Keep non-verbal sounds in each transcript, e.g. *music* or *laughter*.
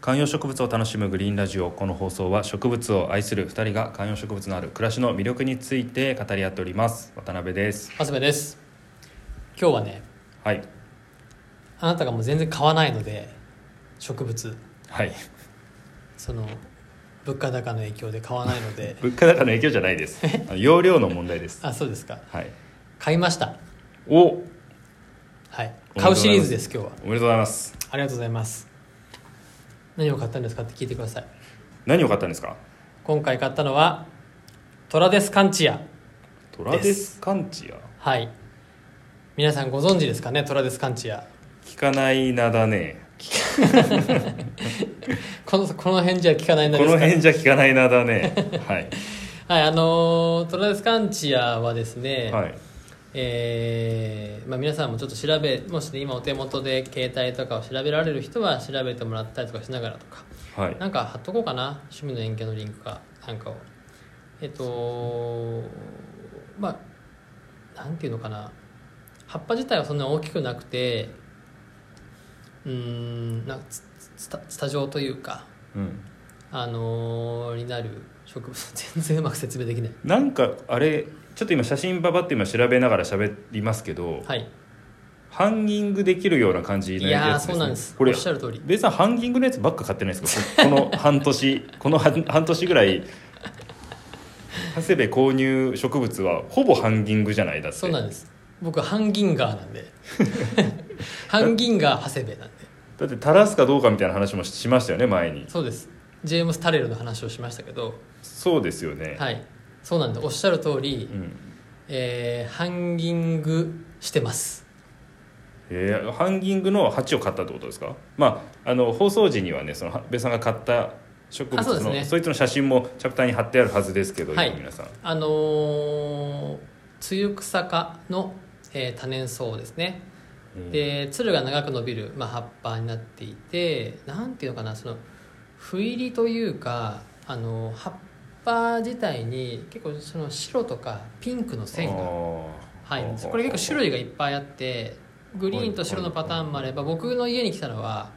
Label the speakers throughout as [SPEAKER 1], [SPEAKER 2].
[SPEAKER 1] 観葉植物を楽しむグリーンラジオこの放送は植物を愛する2人が観葉植物のある暮らしの魅力について語り合っております渡辺です
[SPEAKER 2] はすべです今日はね
[SPEAKER 1] はい
[SPEAKER 2] あなたがもう全然買わないので植物
[SPEAKER 1] はい
[SPEAKER 2] その物価高の影響で買わないの
[SPEAKER 1] *laughs*
[SPEAKER 2] で
[SPEAKER 1] 物価高の影響じゃないですあの容量の問題です
[SPEAKER 2] あそうですか
[SPEAKER 1] はい
[SPEAKER 2] 買いました
[SPEAKER 1] おお
[SPEAKER 2] はい
[SPEAKER 1] おめでとうございます
[SPEAKER 2] 買うシリーズです今日は
[SPEAKER 1] めでとうございます
[SPEAKER 2] ありがとうございます何を買ったんですかって聞いてください
[SPEAKER 1] 何を買ったんですか
[SPEAKER 2] 今回買ったのはトラデスカンチア
[SPEAKER 1] トラデスカンチア
[SPEAKER 2] はい皆さんご存知ですかねトラデスカンチア
[SPEAKER 1] 聞かない名だね
[SPEAKER 2] このこの辺じゃ聞かないん
[SPEAKER 1] こ
[SPEAKER 2] です
[SPEAKER 1] の
[SPEAKER 2] か
[SPEAKER 1] 辺じゃ聞かない名だねはい
[SPEAKER 2] はいあのートラデスカンチアはですね、
[SPEAKER 1] はい
[SPEAKER 2] えーまあ、皆さんもちょっと調べもし、ね、今お手元で携帯とかを調べられる人は調べてもらったりとかしながらとか
[SPEAKER 1] はい
[SPEAKER 2] なんか貼っとこうかな趣味の園芸のリンクかなんかをえっとまあなんていうのかな葉っぱ自体はそんなに大きくなくてうーんなんかつつつたつた状というか
[SPEAKER 1] うん
[SPEAKER 2] あのーになる植物全然うまく説明できない
[SPEAKER 1] なんかあれちょっと今写真ばばって今調べながら喋りますけど、
[SPEAKER 2] はい
[SPEAKER 1] ハンギングできるような感じの
[SPEAKER 2] いや
[SPEAKER 1] や
[SPEAKER 2] ー
[SPEAKER 1] つです、ね、
[SPEAKER 2] そうなんです
[SPEAKER 1] これ
[SPEAKER 2] おっしゃる通り
[SPEAKER 1] ベイさんハンギングのやつばっか買ってないですかここの *laughs* 半年この半半年ぐらい長谷部購入植物はほぼハンギングじゃないだって
[SPEAKER 2] そうなんです僕ハンギンガーなんで
[SPEAKER 1] *laughs*
[SPEAKER 2] ハンギンガー長谷部なんで
[SPEAKER 1] だって垂らすかどうかみたいな話もししましたよね前に
[SPEAKER 2] そうですジェームス・タレルの話をしましたけど
[SPEAKER 1] そうですよね、
[SPEAKER 2] はいそうなんでおっしゃる通り、
[SPEAKER 1] うん
[SPEAKER 2] えーハンギングしてます
[SPEAKER 1] えーハンギングの鉢を買ったってことですかまああの放送時にはねそのはベイさんが買った植物
[SPEAKER 2] あそう
[SPEAKER 1] の
[SPEAKER 2] です
[SPEAKER 1] そ,、
[SPEAKER 2] ね
[SPEAKER 1] いつの写真もチャプターに貼ってあるはずですけど、
[SPEAKER 2] はい
[SPEAKER 1] 今皆さん
[SPEAKER 2] あのー、ツユクサ科の、えー多年草ですね
[SPEAKER 1] うん
[SPEAKER 2] でつるが長く伸びる、まあ、葉っぱになっていてなんていうのかなその不入りというかあの葉っぱ自体に結構その白とかピンクの線がはい、これ結構種類がいっぱいあってグリーンと白のパターンもあれば僕の家に来たのは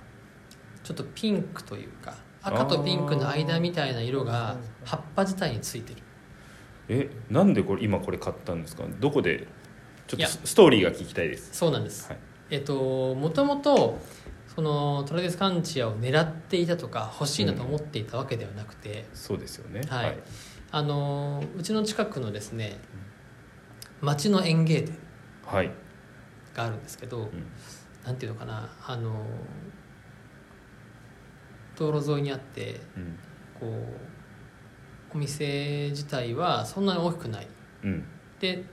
[SPEAKER 2] ちょっとピンクというか赤とピンクの間みたいな色が葉っぱ自体についてる
[SPEAKER 1] えなんでこれ今これ買ったんですかどこでちょっ
[SPEAKER 2] い
[SPEAKER 1] と
[SPEAKER 2] や
[SPEAKER 1] スストーリーが聞きたいです
[SPEAKER 2] そうなんです、
[SPEAKER 1] はい
[SPEAKER 2] えっともともとそのトラデスカンチアを狙っていたとか欲しいなと思っていたわけではなくて、
[SPEAKER 1] そうですよね
[SPEAKER 2] はいあのうちの近くのですね町の園芸店
[SPEAKER 1] はい、
[SPEAKER 2] があるんですけど、
[SPEAKER 1] ん
[SPEAKER 2] なんていうのかなあの道路沿いにあって
[SPEAKER 1] うん
[SPEAKER 2] こうお店自体はそんなに大きくない
[SPEAKER 1] うん、
[SPEAKER 2] で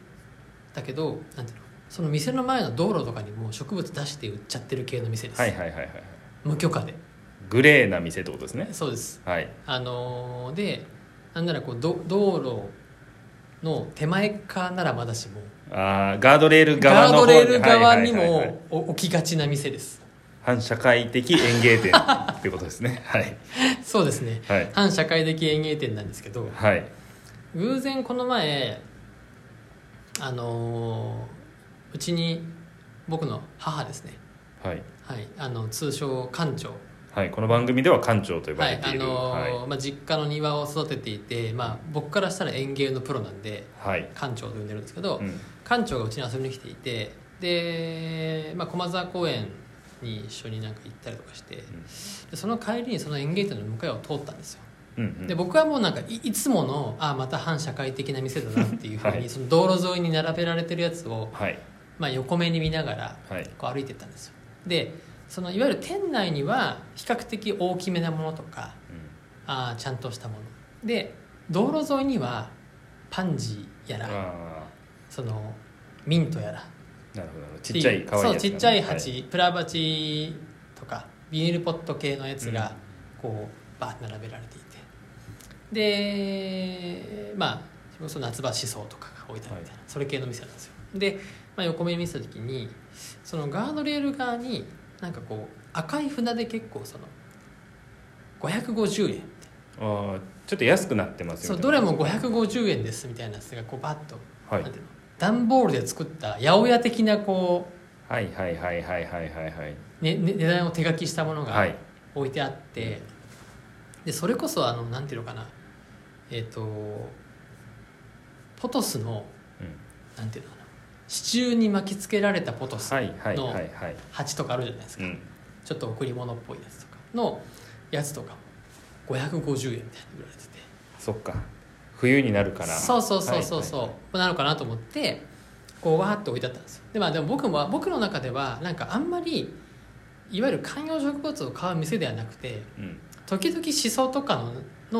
[SPEAKER 2] だけどなんていうのその店の前の道路とかにもう植物出して売っちゃってる系の店です、
[SPEAKER 1] はいはいはいはい
[SPEAKER 2] 無許可で
[SPEAKER 1] グレーな店ってことですね
[SPEAKER 2] そうです
[SPEAKER 1] はい
[SPEAKER 2] あのでなんならこうど道路の手前かならまだしも
[SPEAKER 1] あーガードレール側
[SPEAKER 2] ガー
[SPEAKER 1] の
[SPEAKER 2] ド
[SPEAKER 1] 方
[SPEAKER 2] レール側に
[SPEAKER 1] はいはいはいはい
[SPEAKER 2] もお置きがちな店です
[SPEAKER 1] 反社会的園芸店ってことです
[SPEAKER 2] *laughs*
[SPEAKER 1] ねはい
[SPEAKER 2] そうですね
[SPEAKER 1] はい
[SPEAKER 2] 反社会的園芸店なんですけど
[SPEAKER 1] はい
[SPEAKER 2] 偶然この前あのーうちに僕の母ですね、
[SPEAKER 1] はい、
[SPEAKER 2] はい、あの通称館長
[SPEAKER 1] はい、この番組では館長と呼ば
[SPEAKER 2] は
[SPEAKER 1] れ
[SPEAKER 2] い
[SPEAKER 1] て
[SPEAKER 2] あ
[SPEAKER 1] いる
[SPEAKER 2] の
[SPEAKER 1] は
[SPEAKER 2] ー
[SPEAKER 1] い、
[SPEAKER 2] まあ、実家の庭を育てていて、まあ、僕からしたら園芸のプロなんで
[SPEAKER 1] はい
[SPEAKER 2] 館長と呼んでるんですけど、
[SPEAKER 1] うん
[SPEAKER 2] 館長がうちに遊びに来ていてで、まあ、駒沢公園に一緒になんか行ったりとかして、でその帰りにその園芸店の向かいを通ったんですよ
[SPEAKER 1] うんうん
[SPEAKER 2] で僕はもうなんかいいつものあまた反社会的な店だなっていうふうに、
[SPEAKER 1] はい
[SPEAKER 2] その道路沿いに並べられてるやつを、
[SPEAKER 1] はい
[SPEAKER 2] まあ、横目に見ながら
[SPEAKER 1] はい
[SPEAKER 2] こう歩いてったんですよでそのいわゆる店内には比較的大きめなものとかあーちゃんとしたもので道路沿いにはパンジーや
[SPEAKER 1] うん、
[SPEAKER 2] ら
[SPEAKER 1] あ
[SPEAKER 2] そのミントやら
[SPEAKER 1] ーなるほどなるほどちっちゃい可愛いやつがね、
[SPEAKER 2] そうちっちゃい
[SPEAKER 1] は
[SPEAKER 2] 鉢、プラバチとかビニールポット系のやつがこうバーって並べられていてでまあそれこそ夏場シソとかが置いてあるみたいな、それ系の店なんですよで、まあ、横目に見せた時にそのガードレール側になんかこう赤い船で結構その550円
[SPEAKER 1] あーちょっと安くなってます
[SPEAKER 2] そ
[SPEAKER 1] よ
[SPEAKER 2] う
[SPEAKER 1] ね
[SPEAKER 2] どれも550円ですみたいなやつがこうバッと、
[SPEAKER 1] はい
[SPEAKER 2] なんていうの段ボールで作った八百屋的なこう
[SPEAKER 1] はいはいはいはいはいはいはい
[SPEAKER 2] ねね、値段を手書きしたものが
[SPEAKER 1] はい
[SPEAKER 2] 置いてあってでそれこそあのなんていうのかなえっ、とポトスの
[SPEAKER 1] うん
[SPEAKER 2] なんていうのかな支柱に巻きつけられたポトス
[SPEAKER 1] はいはいはいはい
[SPEAKER 2] 鉢とかあるじゃないです
[SPEAKER 1] う
[SPEAKER 2] か、
[SPEAKER 1] ん
[SPEAKER 2] ちょっと贈り物っぽいやつとかのやつとかも550円みたいなの売られてて
[SPEAKER 1] そっか冬になるから
[SPEAKER 2] そうそうそうそうそう、
[SPEAKER 1] はいはい
[SPEAKER 2] なのかなと思ってこうわーっと置いてあったんですよで,、まあ、でも僕も僕の中ではなんかあんまりいわゆる観葉植物を買う店ではなくて
[SPEAKER 1] うん
[SPEAKER 2] 時々シソとかの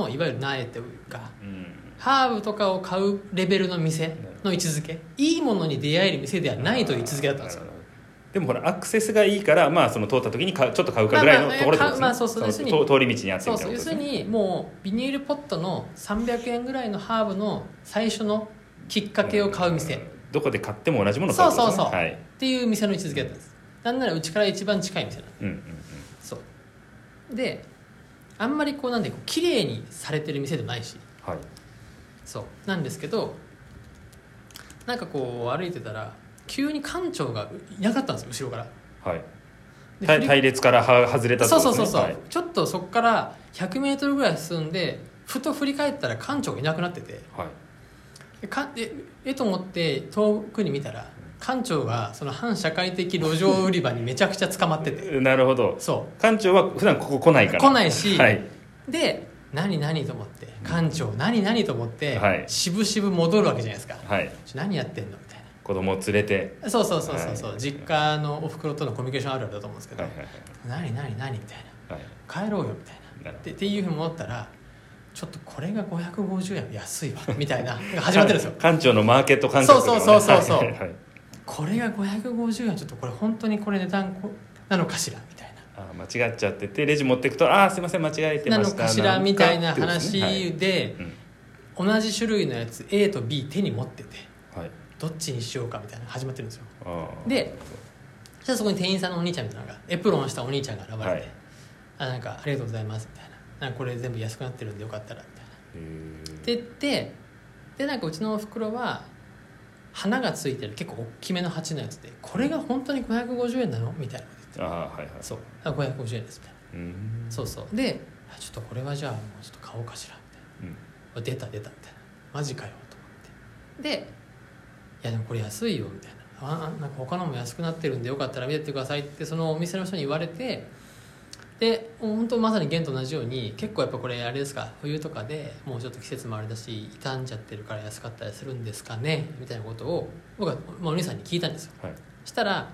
[SPEAKER 2] のいわゆる苗というか
[SPEAKER 1] うん
[SPEAKER 2] ハーブとかを買うレベルの店の位置づけいいものに出会える店ではないという位置づけだったんですよ
[SPEAKER 1] なるほどでもほらアクセスがいいからまあその通った時にかちょっと買うかぐらいの
[SPEAKER 2] まあまあ
[SPEAKER 1] ところってことですね、
[SPEAKER 2] まあそうそう要するに
[SPEAKER 1] の通通り道にあって
[SPEAKER 2] そ
[SPEAKER 1] み
[SPEAKER 2] う
[SPEAKER 1] たい
[SPEAKER 2] そう
[SPEAKER 1] な
[SPEAKER 2] 要
[SPEAKER 1] ことです
[SPEAKER 2] する
[SPEAKER 1] ね
[SPEAKER 2] にもうビニールポットの300円ぐらいのハーブの最初のきっかけを買う店っ
[SPEAKER 1] んどこで買っても同じものを買うってことですね
[SPEAKER 2] そうそうそう
[SPEAKER 1] はい
[SPEAKER 2] ていう店の位置づけだったんですなんならうちから一番近い店なんです
[SPEAKER 1] うんうんうん
[SPEAKER 2] そうであんまりこうなんでこう綺麗にされてる店でもないし
[SPEAKER 1] はい
[SPEAKER 2] そうなんですけどなんかこう歩いてたら急に館長がいなかったんですよ後ろから
[SPEAKER 1] はい
[SPEAKER 2] で
[SPEAKER 1] 隊
[SPEAKER 2] 振り
[SPEAKER 1] 隊列からは外れたって
[SPEAKER 2] そ
[SPEAKER 1] こ
[SPEAKER 2] うそ
[SPEAKER 1] と
[SPEAKER 2] う
[SPEAKER 1] です
[SPEAKER 2] そ
[SPEAKER 1] ね
[SPEAKER 2] う
[SPEAKER 1] は
[SPEAKER 2] そう、
[SPEAKER 1] い
[SPEAKER 2] ちょっとそこから1 0 0ルぐらい進んでふと振り返ったら館長がいなくなってて
[SPEAKER 1] はい
[SPEAKER 2] でかええと思って遠くに見たら館長がその反社会的路上売り場にめちゃくちゃ捕まってて
[SPEAKER 1] なるほど
[SPEAKER 2] そ
[SPEAKER 1] 館長は普段ここ来ないから
[SPEAKER 2] 来ないし
[SPEAKER 1] はい、
[SPEAKER 2] うで何何と思って館長何何と思って、
[SPEAKER 1] はい
[SPEAKER 2] しぶしぶ戻るわけじゃないですか
[SPEAKER 1] はい、
[SPEAKER 2] ちょ何やってんのみたい
[SPEAKER 1] 子供を連れて
[SPEAKER 2] なそうそうそうそうそう、
[SPEAKER 1] はい
[SPEAKER 2] 実家のおふくろとのコミュニケーションあるあるだと思うんですけど、
[SPEAKER 1] はいはい
[SPEAKER 2] 何何何みたい
[SPEAKER 1] はいはい
[SPEAKER 2] な帰ろうよみたい
[SPEAKER 1] な
[SPEAKER 2] な
[SPEAKER 1] るほど
[SPEAKER 2] でっていうふうに思ったらちょっとこれが550円安いわ
[SPEAKER 1] *laughs*
[SPEAKER 2] みたいな始まってるんですよ
[SPEAKER 1] 館長のマーケット感覚とかね
[SPEAKER 2] そうそうそうそう
[SPEAKER 1] はいはいはい
[SPEAKER 2] これが550円ちょっとこれ本当にこれ値段こなのかしらみたいな
[SPEAKER 1] あー間違っちゃっててレジ持ってくと「ああすいません間違えて
[SPEAKER 2] な
[SPEAKER 1] ま
[SPEAKER 2] の
[SPEAKER 1] した」
[SPEAKER 2] かしらみたいな
[SPEAKER 1] かっ
[SPEAKER 2] ん
[SPEAKER 1] てことです
[SPEAKER 2] 話
[SPEAKER 1] ね
[SPEAKER 2] で
[SPEAKER 1] はいうん
[SPEAKER 2] 同じ種類のやつ A と B 手に持ってて
[SPEAKER 1] はい
[SPEAKER 2] どっちにしようかみたいな始まってるんですよ
[SPEAKER 1] あー
[SPEAKER 2] でそしたらそこに店員さんのお兄ちゃんみたいなのがエプロンしたお兄ちゃんが現れて、
[SPEAKER 1] はい
[SPEAKER 2] あなんかありがとうございますみたいななんかこれ全部安くなってるんでよかったらみたいな
[SPEAKER 1] へー
[SPEAKER 2] って言ってでなんかうちのおふくろは花がついてる結構大きめの鉢のやつでこれが本当に550円なのみたいなこと言って
[SPEAKER 1] ああはいはい
[SPEAKER 2] そうあ550円ですみたいな
[SPEAKER 1] うん
[SPEAKER 2] そうそうであちょっとこれはじゃあもうちょっと買おうかしらみたいな
[SPEAKER 1] うん
[SPEAKER 2] あ出た出たみたいなマジかよと思ってで「いやでもこれ安いよ」みたいな「ああなんか他のも安くなってるんでよかったら見てってください」ってそのお店の人に言われてで本当まさに現と同じように結構やっぱこれあれですか冬とかでもうちょっと季節もあれだし傷んじゃってるから安かったりするんですかねみたいなことを僕は、まあ、お兄さんに聞いたんですよ
[SPEAKER 1] はい
[SPEAKER 2] したら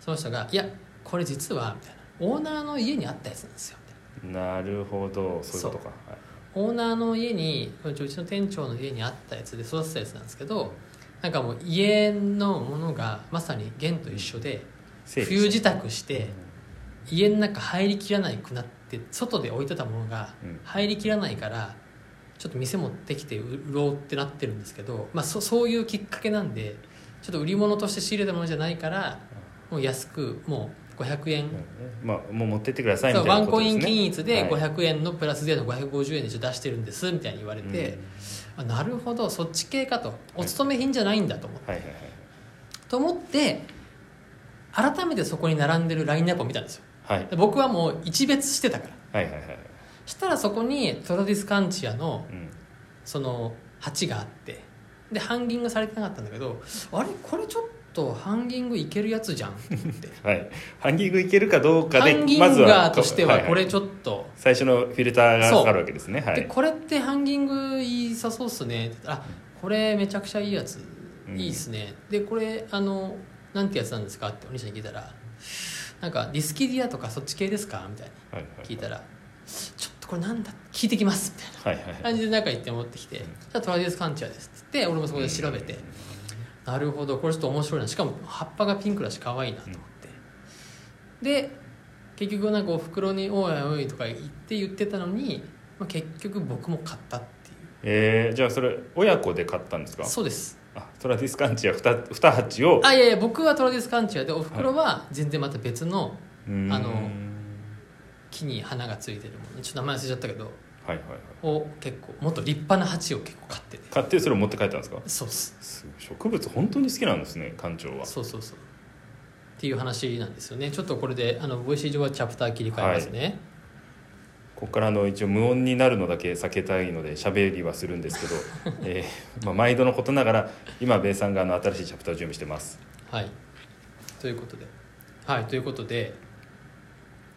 [SPEAKER 2] その人が「いやこれ実は」みたいな「オーナーの家にあったやつなんですよ」みたいな
[SPEAKER 1] なるほどそういうことかはい
[SPEAKER 2] オーナーの家にうちうちの店長の家にあったやつで育てたやつなんですけどなんかもう家のものがまさに弦と一緒で
[SPEAKER 1] 整理
[SPEAKER 2] 冬
[SPEAKER 1] して
[SPEAKER 2] 支度して家の中入りきらないくなって外で置いてたものが
[SPEAKER 1] うん
[SPEAKER 2] 入りきらないからちょっと店持ってきて売ろうってなってるんですけど、まあ、そそういうきっかけなんでちょっと売り物として仕入れたものじゃないからもう安くもう500円
[SPEAKER 1] うんまあもう持ってってくださいみ
[SPEAKER 2] そ
[SPEAKER 1] た
[SPEAKER 2] う
[SPEAKER 1] いな
[SPEAKER 2] ワン
[SPEAKER 1] こと
[SPEAKER 2] コ
[SPEAKER 1] で
[SPEAKER 2] イ
[SPEAKER 1] す
[SPEAKER 2] ン
[SPEAKER 1] ね
[SPEAKER 2] 均一で
[SPEAKER 1] はい
[SPEAKER 2] 500円のプラス税の550円で出してるんですみたいに言われて、あなるほどそっち系かとお勤め品じゃないんだと思,、
[SPEAKER 1] はいはいはい
[SPEAKER 2] と思って改めてそこに並んでるラインナップを見たんですよ
[SPEAKER 1] はい
[SPEAKER 2] で僕はもう一別してたから
[SPEAKER 1] はいはいはい
[SPEAKER 2] したらそこにトロディスカンチアの
[SPEAKER 1] うん
[SPEAKER 2] その鉢があってでハンギングされてなかったんだけどあれこれちょっとハンギングいけるやつじゃんって思って
[SPEAKER 1] はいハンギングいけるかどうか
[SPEAKER 2] ハ
[SPEAKER 1] で
[SPEAKER 2] ンギン
[SPEAKER 1] まず
[SPEAKER 2] ガーとしてはい
[SPEAKER 1] い
[SPEAKER 2] これちょっと、
[SPEAKER 1] 最初のフィルターがかかるわけですねは
[SPEAKER 2] で
[SPEAKER 1] い
[SPEAKER 2] これってハンギングいいさそうっすねって言ったらあこれめちゃくちゃいいやつ
[SPEAKER 1] うん
[SPEAKER 2] いいっすね、でこれあのなんてやつなんですかってお兄ちゃんに聞いたらなんかディスキディアとかそっち系ですかみたいな
[SPEAKER 1] はい
[SPEAKER 2] 聞いたらちょっとこれなんだ聞いてきますみたい
[SPEAKER 1] はいはい
[SPEAKER 2] な
[SPEAKER 1] はい
[SPEAKER 2] 感じで中行って持ってきてじゃあトラディスカンチアですって言って俺もそこで調べて、なるほどこれちょっと面白いなしかも葉っぱがピンクだし可愛いなと思って、で結局なんかおふくろに「おいおい」とか言って言ってたのに、まあ、結局僕も買ったっていう
[SPEAKER 1] えーじゃあそれ親子で買ったんですか
[SPEAKER 2] そうです
[SPEAKER 1] あトラディスカンチア 2, 2鉢を
[SPEAKER 2] あいやいや僕はトラディスカンチアでおふくろは全然また別の
[SPEAKER 1] うーん
[SPEAKER 2] あの木に花がついてるものちょっと名前忘れちゃったけど
[SPEAKER 1] はいはいはい
[SPEAKER 2] を結構もっと立派な鉢を結構買ってて
[SPEAKER 1] 買ってそれを持って帰ったんですか
[SPEAKER 2] そうっす
[SPEAKER 1] すごい植物本当に好きなんですね館長は
[SPEAKER 2] そうそうそうっていう話なんですよねちょっとこれであの VC 上はチャプター切り替えますね、
[SPEAKER 1] ここからあの一応無音になるのだけ避けたいので喋りはするんですけ
[SPEAKER 2] *laughs*
[SPEAKER 1] ど、えーまあ、毎度のことながら今米さんがあの新しいチャプターを準備してます
[SPEAKER 2] はいということではいということで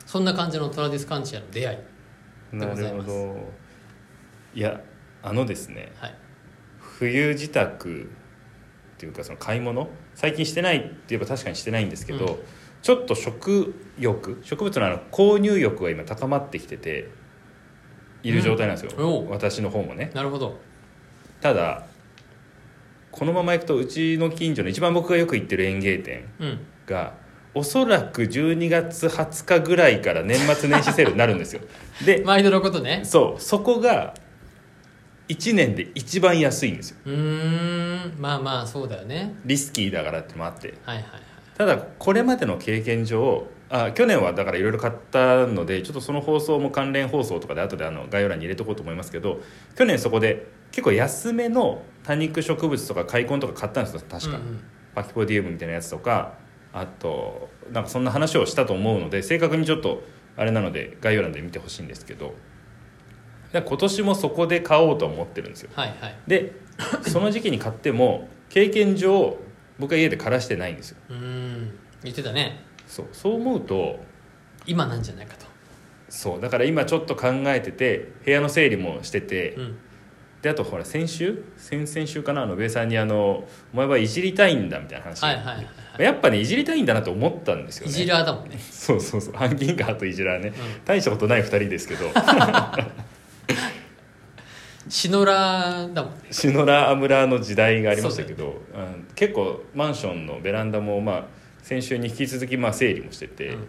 [SPEAKER 2] そんな感じのトラディスカンチアの出会いで
[SPEAKER 1] な
[SPEAKER 2] ござい
[SPEAKER 1] る
[SPEAKER 2] ま
[SPEAKER 1] ほ
[SPEAKER 2] す
[SPEAKER 1] どいやあのですね
[SPEAKER 2] はい
[SPEAKER 1] 冬自宅っていうかその買い物最近してないって言えば確かにしてないんですけど、
[SPEAKER 2] うん
[SPEAKER 1] ちょっと食欲植物のあの購入欲が今高まってきてている状態なんです
[SPEAKER 2] うん
[SPEAKER 1] よ、
[SPEAKER 2] おう
[SPEAKER 1] 私の方もね
[SPEAKER 2] なるほど
[SPEAKER 1] ただこのまま行くとうちの近所の一番僕がよく行ってる園芸店
[SPEAKER 2] うん
[SPEAKER 1] がおそらく12月20日ぐらいから年末年始セールになるんです
[SPEAKER 2] *laughs*
[SPEAKER 1] よで
[SPEAKER 2] 毎度のことね
[SPEAKER 1] そうそこが1年で一番安いんですよ
[SPEAKER 2] うーんまあまあそうだよね
[SPEAKER 1] リスキーだからってのもあって
[SPEAKER 2] はいはいはい
[SPEAKER 1] ただこれまでの経験上あ去年はだからいろいろ買ったのでちょっとその放送も関連放送とかで後であの概要欄に入れとこうと思いますけど去年そこで結構安めの多肉植物とか開墾とか買ったんですよ確か、
[SPEAKER 2] うんうん
[SPEAKER 1] パキポディウムみたいなやつとかあとなんかそんな話をしたと思うので正確にちょっとあれなので概要欄で見てほしいんですけどだから今年もそこで買おうと思ってるんですよ
[SPEAKER 2] はいはい
[SPEAKER 1] でその時期に買っても経験上僕は家で枯らしてないんですよ
[SPEAKER 2] うーん言ってたね
[SPEAKER 1] そうそう思うと
[SPEAKER 2] 今なんじゃないかと
[SPEAKER 1] そうだから今ちょっと考えてて部屋の整理もしてて
[SPEAKER 2] うん
[SPEAKER 1] であとほら先週先々週かなあのべさんにあの「お前はいじりたいんだ」みたいな話、
[SPEAKER 2] はいはいはい
[SPEAKER 1] やっぱねいじりたいんだなと思ったんですよ
[SPEAKER 2] い
[SPEAKER 1] ね
[SPEAKER 2] じらだもんね
[SPEAKER 1] *laughs* そうそうそうハンギンガーとイジラーね、
[SPEAKER 2] う
[SPEAKER 1] 大したことない2人ですけど *laughs*
[SPEAKER 2] シノラだもんね
[SPEAKER 1] シノラアムラーの時代がありましたけど、うん、結構マンションのベランダも、まあ、先週に引き続きまあ整理もしてて、
[SPEAKER 2] うん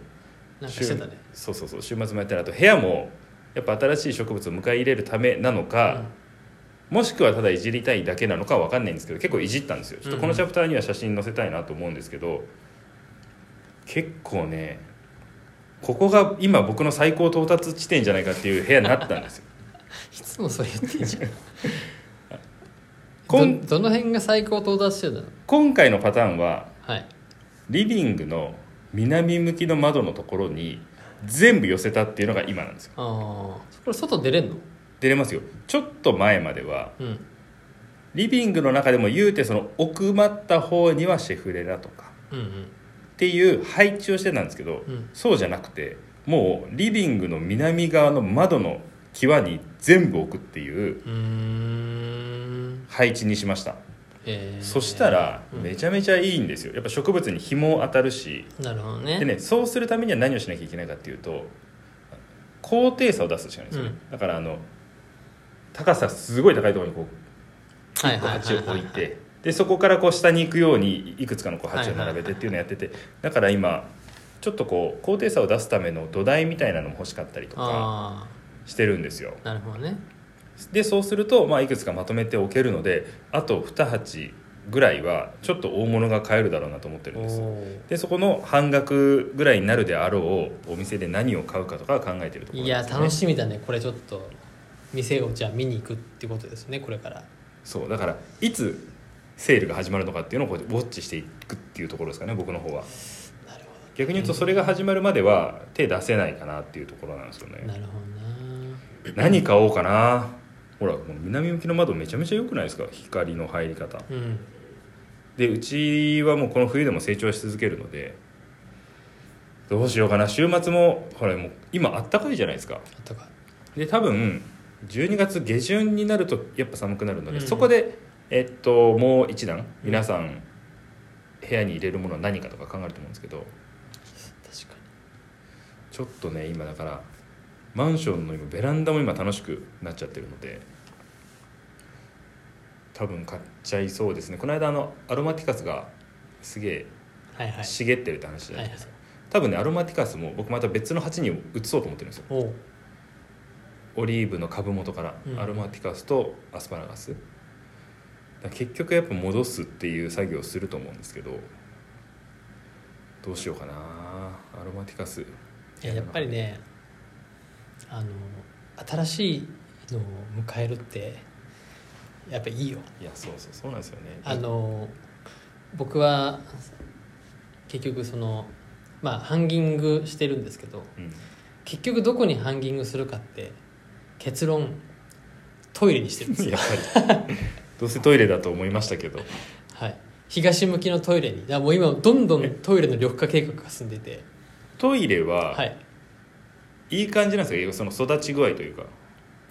[SPEAKER 2] なんかしてたね
[SPEAKER 1] 週そうそうそう週末もやったらあと部屋もやっぱ新しい植物を迎え入れるためなのか、もしくはただいじりたいだけなのかわかんないんですけど結構いじったんですよちょっとこのチャプターには写真載せたいなと思うんですけど、結構ねここが今僕の最高到達地点じゃないかっていう部屋になったん
[SPEAKER 2] *laughs*
[SPEAKER 1] ですよ
[SPEAKER 2] いつもそう言って
[SPEAKER 1] *laughs*
[SPEAKER 2] んじゃん
[SPEAKER 1] こん
[SPEAKER 2] どどの辺が最高到達してたの
[SPEAKER 1] 今回のパターンは
[SPEAKER 2] はい
[SPEAKER 1] リビングの南向きの窓のところに全部寄せたっていうのが今なんですよ
[SPEAKER 2] ああこれ外出れんの
[SPEAKER 1] 出れますよちょっと前までは
[SPEAKER 2] うん
[SPEAKER 1] リビングの中でも言うてその奥まった方にはシェフレラとか
[SPEAKER 2] うんうん
[SPEAKER 1] っていう配置をしてたんですけど、
[SPEAKER 2] うん
[SPEAKER 1] そうじゃなくてもうリビングの南側の窓の際に全部置くっていう
[SPEAKER 2] うーん
[SPEAKER 1] 配置にしました、
[SPEAKER 2] えー
[SPEAKER 1] そしたら
[SPEAKER 2] うん
[SPEAKER 1] めちゃめちゃいいんですよやっぱ植物に紐を当たるし
[SPEAKER 2] なるほどね
[SPEAKER 1] でねそうするためには何をしなきゃいけないかっていうと高低差を出すしかないんですよね、だからあの高さすごい高いところにこう
[SPEAKER 2] はいはいはい
[SPEAKER 1] 鉢を
[SPEAKER 2] は
[SPEAKER 1] 置い
[SPEAKER 2] い
[SPEAKER 1] て *laughs* でそこからこう下に行くようにいくつかのこう鉢を並べてっていうのをやっててだから今ちょっとこう高低差を出すための土台みたいなのも欲しかったりとか
[SPEAKER 2] あ
[SPEAKER 1] してるんですよ
[SPEAKER 2] あなるほどね
[SPEAKER 1] でそうすると、まあ、いくつかまとめておけるのであと2鉢ぐらいはちょっと大物が買えるだろうなと思ってるんです
[SPEAKER 2] お
[SPEAKER 1] でそこの半額ぐらいになるであろうお店で何を買うかとかは考えてるところ
[SPEAKER 2] い
[SPEAKER 1] な
[SPEAKER 2] や
[SPEAKER 1] んですね
[SPEAKER 2] 楽しみだねこれちょっと店をじゃあ見に行くってことですねこれから
[SPEAKER 1] そうだからいつセールが始まるのかっていうのをこうウォッチしていくっていうところですかね僕の方は
[SPEAKER 2] なるほ
[SPEAKER 1] 逆に言うとそれが始まるまでは手出せないかなっていうところなんですよ
[SPEAKER 2] どな
[SPEAKER 1] ね
[SPEAKER 2] るほどな
[SPEAKER 1] 何買おうかなほらこの南向きの窓めちゃめちゃ良くないですか光の入り方
[SPEAKER 2] うん
[SPEAKER 1] でうちはもうこの冬でも成長し続けるのでどうしようかな週末もほらもう今あったかいじゃないですか
[SPEAKER 2] あとか
[SPEAKER 1] で多分12月下旬になるとやっぱ寒くなるので、
[SPEAKER 2] うん
[SPEAKER 1] そこでえっともう一段皆さん部屋に入れるものは何かとか考えると思うんですけど
[SPEAKER 2] 確か
[SPEAKER 1] ちょっとね今だからマンションの今ベランダも今楽しくなっちゃってるので多分買っちゃいそうですねこの間あのアロマティカスがすげえ
[SPEAKER 2] にはいはい
[SPEAKER 1] 茂ってるって話じゃ
[SPEAKER 2] は
[SPEAKER 1] ないい
[SPEAKER 2] は
[SPEAKER 1] で
[SPEAKER 2] い
[SPEAKER 1] すか、多分ねアロマティカスも僕また別の鉢に移そうと思ってるんですよ
[SPEAKER 2] おう
[SPEAKER 1] オリーブの株元から
[SPEAKER 2] うん
[SPEAKER 1] アロマティカスとアスパラガス、だから結局やっぱ戻すっていう作業をすると思うんですけどどうしようかなアロマティカス
[SPEAKER 2] いややっぱりねあの新しいのを迎えるってやっぱいいよ
[SPEAKER 1] いやそうそうそうなんですよね
[SPEAKER 2] あの僕は結局そのまあハンギングしてるんですけど
[SPEAKER 1] うん、
[SPEAKER 2] 結局どこにハンギングするかって結論トイレにしてる
[SPEAKER 1] *laughs*
[SPEAKER 2] んですよ
[SPEAKER 1] やっぱりどうせトイレだと思いましたけど
[SPEAKER 2] はい東向きのトイレにだからもう今どんどんトイレの緑化計画が進んでいて
[SPEAKER 1] トイレは、、
[SPEAKER 2] はいい
[SPEAKER 1] い感じなんですかその育ち具合というか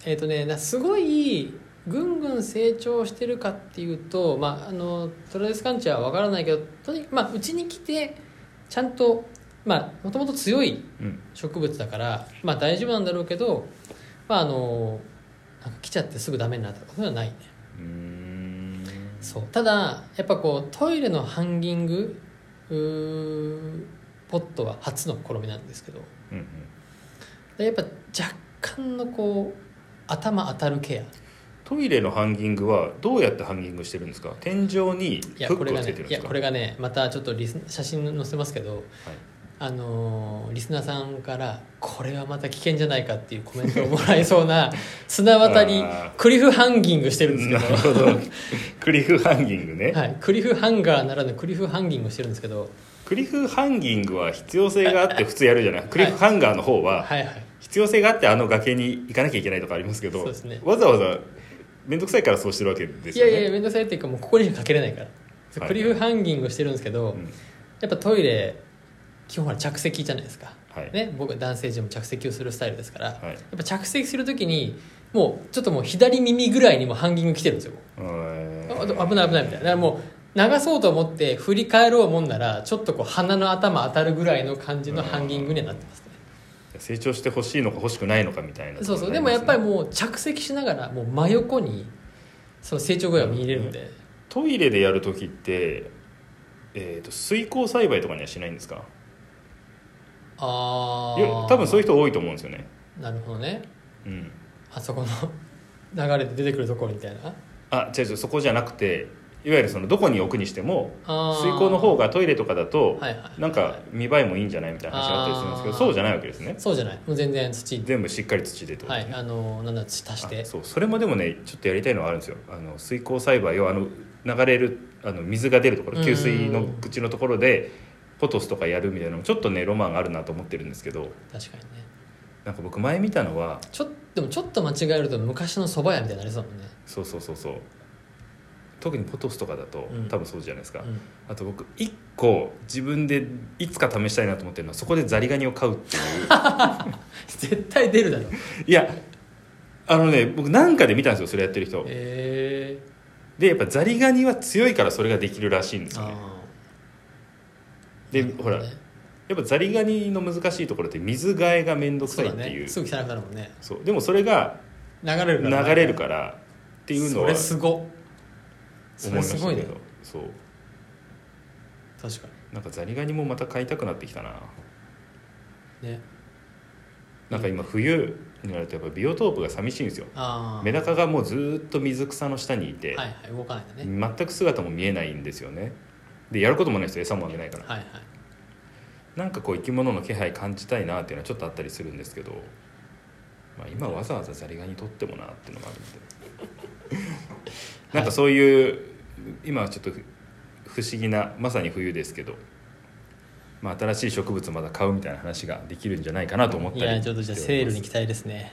[SPEAKER 2] えっ、とねなすごいぐんぐん成長してるかっていうと、まあ、あのトラデスカンチは分からないけどとにまあうちに来てちゃんとまあもともと強い
[SPEAKER 1] うん
[SPEAKER 2] 植物だから、まあ、大丈夫なんだろうけど、まあ、あのなんか来ちゃってすぐダメになったことはないね
[SPEAKER 1] うーん
[SPEAKER 2] そうただやっぱこうトイレのハンギングうーポットは初の試みなんですけど
[SPEAKER 1] うんうん
[SPEAKER 2] でやっぱ若干のこう頭当たるケア
[SPEAKER 1] トイレのハンギングはどうやってハンギングしてるんですか天井にフ
[SPEAKER 2] いやこ
[SPEAKER 1] ック
[SPEAKER 2] れ
[SPEAKER 1] を
[SPEAKER 2] が
[SPEAKER 1] つけ
[SPEAKER 2] ね
[SPEAKER 1] てるん
[SPEAKER 2] い
[SPEAKER 1] で
[SPEAKER 2] や
[SPEAKER 1] すか
[SPEAKER 2] これがねまたちょっとリス写真載せますけど、あのーリスナーさんからこれはまた危険じゃないかっていうコメントをもらえそう
[SPEAKER 1] *laughs*
[SPEAKER 2] な綱渡り
[SPEAKER 1] あー
[SPEAKER 2] クリフハンギングしてるんですけど
[SPEAKER 1] なるほどクリフハンギングね、
[SPEAKER 2] *laughs* はい、クリフハンガーならぬクリフハンギングをしてるんですけど
[SPEAKER 1] クリフハンギングは必要性があって普通やるじゃない、クリフハンガーの方は
[SPEAKER 2] はいはい
[SPEAKER 1] 必要性があってあの崖に行かなきゃいけないとかありますけど
[SPEAKER 2] そうですね
[SPEAKER 1] わざわざ面倒くさいからそうしてるわけです
[SPEAKER 2] い
[SPEAKER 1] よ
[SPEAKER 2] や
[SPEAKER 1] ね
[SPEAKER 2] いや面倒くさいっていうかもうここにしかかけれないから、
[SPEAKER 1] はい
[SPEAKER 2] クリフハンギングをしてるんですけど、
[SPEAKER 1] うん
[SPEAKER 2] やっぱトイレ基本は着席じゃないですか、
[SPEAKER 1] はい
[SPEAKER 2] ね、僕男性陣も着席をするスタイルですから、
[SPEAKER 1] はい
[SPEAKER 2] やっぱ着席する時にもうちょっともう左耳ぐらいにもうハンギング来てるんですよ
[SPEAKER 1] うーん
[SPEAKER 2] あ危ない危ないみたいなだからもう流そうと思って振り返ろうもんならちょっとこう鼻の頭当たるぐらいの感じのハンギングにはなってますね
[SPEAKER 1] 成長してほしいのか欲しくないのかみたいな
[SPEAKER 2] そうそうでもやっぱり
[SPEAKER 1] う
[SPEAKER 2] もう着席しながらもう真横にその成長具合を見入れるんで、
[SPEAKER 1] トイレでやる時って、えー、と水耕栽培とかにはしないんですか
[SPEAKER 2] あ
[SPEAKER 1] いや
[SPEAKER 2] あ
[SPEAKER 1] 多分そういう人多いと思うんですよね、
[SPEAKER 2] なるほどね
[SPEAKER 1] うん、
[SPEAKER 2] あそこの流れで出てくるところみたいな
[SPEAKER 1] あ違う違うそこじゃなくていわゆるそのどこに置くにしても
[SPEAKER 2] あー
[SPEAKER 1] 水耕の方がトイレとかだと、
[SPEAKER 2] はいはいはい
[SPEAKER 1] なんか見栄えもいいんじゃないみたいな話があったりするんですけど
[SPEAKER 2] あー
[SPEAKER 1] そうじゃないわけですね
[SPEAKER 2] そうじゃないもう全然土
[SPEAKER 1] 全部しっかり土でってこと
[SPEAKER 2] は
[SPEAKER 1] です
[SPEAKER 2] い
[SPEAKER 1] ね、
[SPEAKER 2] あのなんだ土足して
[SPEAKER 1] あそうそれもでもねちょっとやりたいのはあるんですよあの水耕栽培をあの流れるあの水が出るところ
[SPEAKER 2] うん
[SPEAKER 1] 給水の口のところでポトスとかやるみたいなのもちょっとねロマンがあるなと思ってるんですけど
[SPEAKER 2] 確かにね
[SPEAKER 1] なんか僕前見たのは
[SPEAKER 2] ちょっでもちょっと間違えると昔の蕎麦屋みたいになりそうだもんね、
[SPEAKER 1] そうそうそうそう特にポトスとかだと、
[SPEAKER 2] うん
[SPEAKER 1] 多分そうじゃないですか、
[SPEAKER 2] うん
[SPEAKER 1] あと僕一個自分でいつか試したいなと思ってるのはそこでザリガニを飼うっていう
[SPEAKER 2] 絶対出る
[SPEAKER 1] *laughs*
[SPEAKER 2] だろ
[SPEAKER 1] いやあのね僕なんかで見たんですよそれやってる人
[SPEAKER 2] ええ
[SPEAKER 1] でやっぱザリガニは強いからそれができるらしいんですよね
[SPEAKER 2] あ
[SPEAKER 1] で
[SPEAKER 2] ー
[SPEAKER 1] ほら
[SPEAKER 2] な
[SPEAKER 1] や
[SPEAKER 2] る
[SPEAKER 1] っぱザリガニの難しいところって水替えが面倒く
[SPEAKER 2] ほどねそ
[SPEAKER 1] さ
[SPEAKER 2] う
[SPEAKER 1] いっていう
[SPEAKER 2] だねすぐ汚くなるもんね
[SPEAKER 1] そうでもそれが
[SPEAKER 2] 流れる
[SPEAKER 1] 流
[SPEAKER 2] から
[SPEAKER 1] れるからっていうの
[SPEAKER 2] そ
[SPEAKER 1] は
[SPEAKER 2] れすごそ
[SPEAKER 1] 思いま
[SPEAKER 2] れ
[SPEAKER 1] すし
[SPEAKER 2] ご
[SPEAKER 1] た
[SPEAKER 2] い
[SPEAKER 1] け
[SPEAKER 2] ね
[SPEAKER 1] どそう
[SPEAKER 2] 確か
[SPEAKER 1] なんかザリガニもまた飼いたくなってきたな
[SPEAKER 2] にね
[SPEAKER 1] なんか今冬になるとやっぱビオトープが寂しいんですよ
[SPEAKER 2] ああ
[SPEAKER 1] メダカがもうずーっと水草の下にいて、
[SPEAKER 2] はいはい動かないんだね、
[SPEAKER 1] 全く姿も見えないんですよねでやることもない人餌もあげないから
[SPEAKER 2] はいはい
[SPEAKER 1] なんかこう生き物の気配感じたいなっていうのはちょっとあったりするんですけど、まあ、今わざわざザリガニ取ってもなっていうのがあるんでなんかそういう今はちょっとふ不思議なまさに冬ですけど、まあ、新しい植物まだ買うみたいな話ができるんじゃないかなと思った
[SPEAKER 2] い
[SPEAKER 1] り
[SPEAKER 2] やちょっとじゃあセールに
[SPEAKER 1] しており
[SPEAKER 2] 期待ですね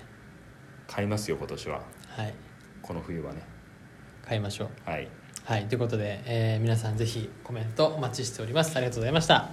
[SPEAKER 1] ます買いますよ今年は
[SPEAKER 2] はい
[SPEAKER 1] この冬はね
[SPEAKER 2] 買いましょう
[SPEAKER 1] はい
[SPEAKER 2] はいということで、えー皆さんぜひコメントお待ちしておりますありがとうございました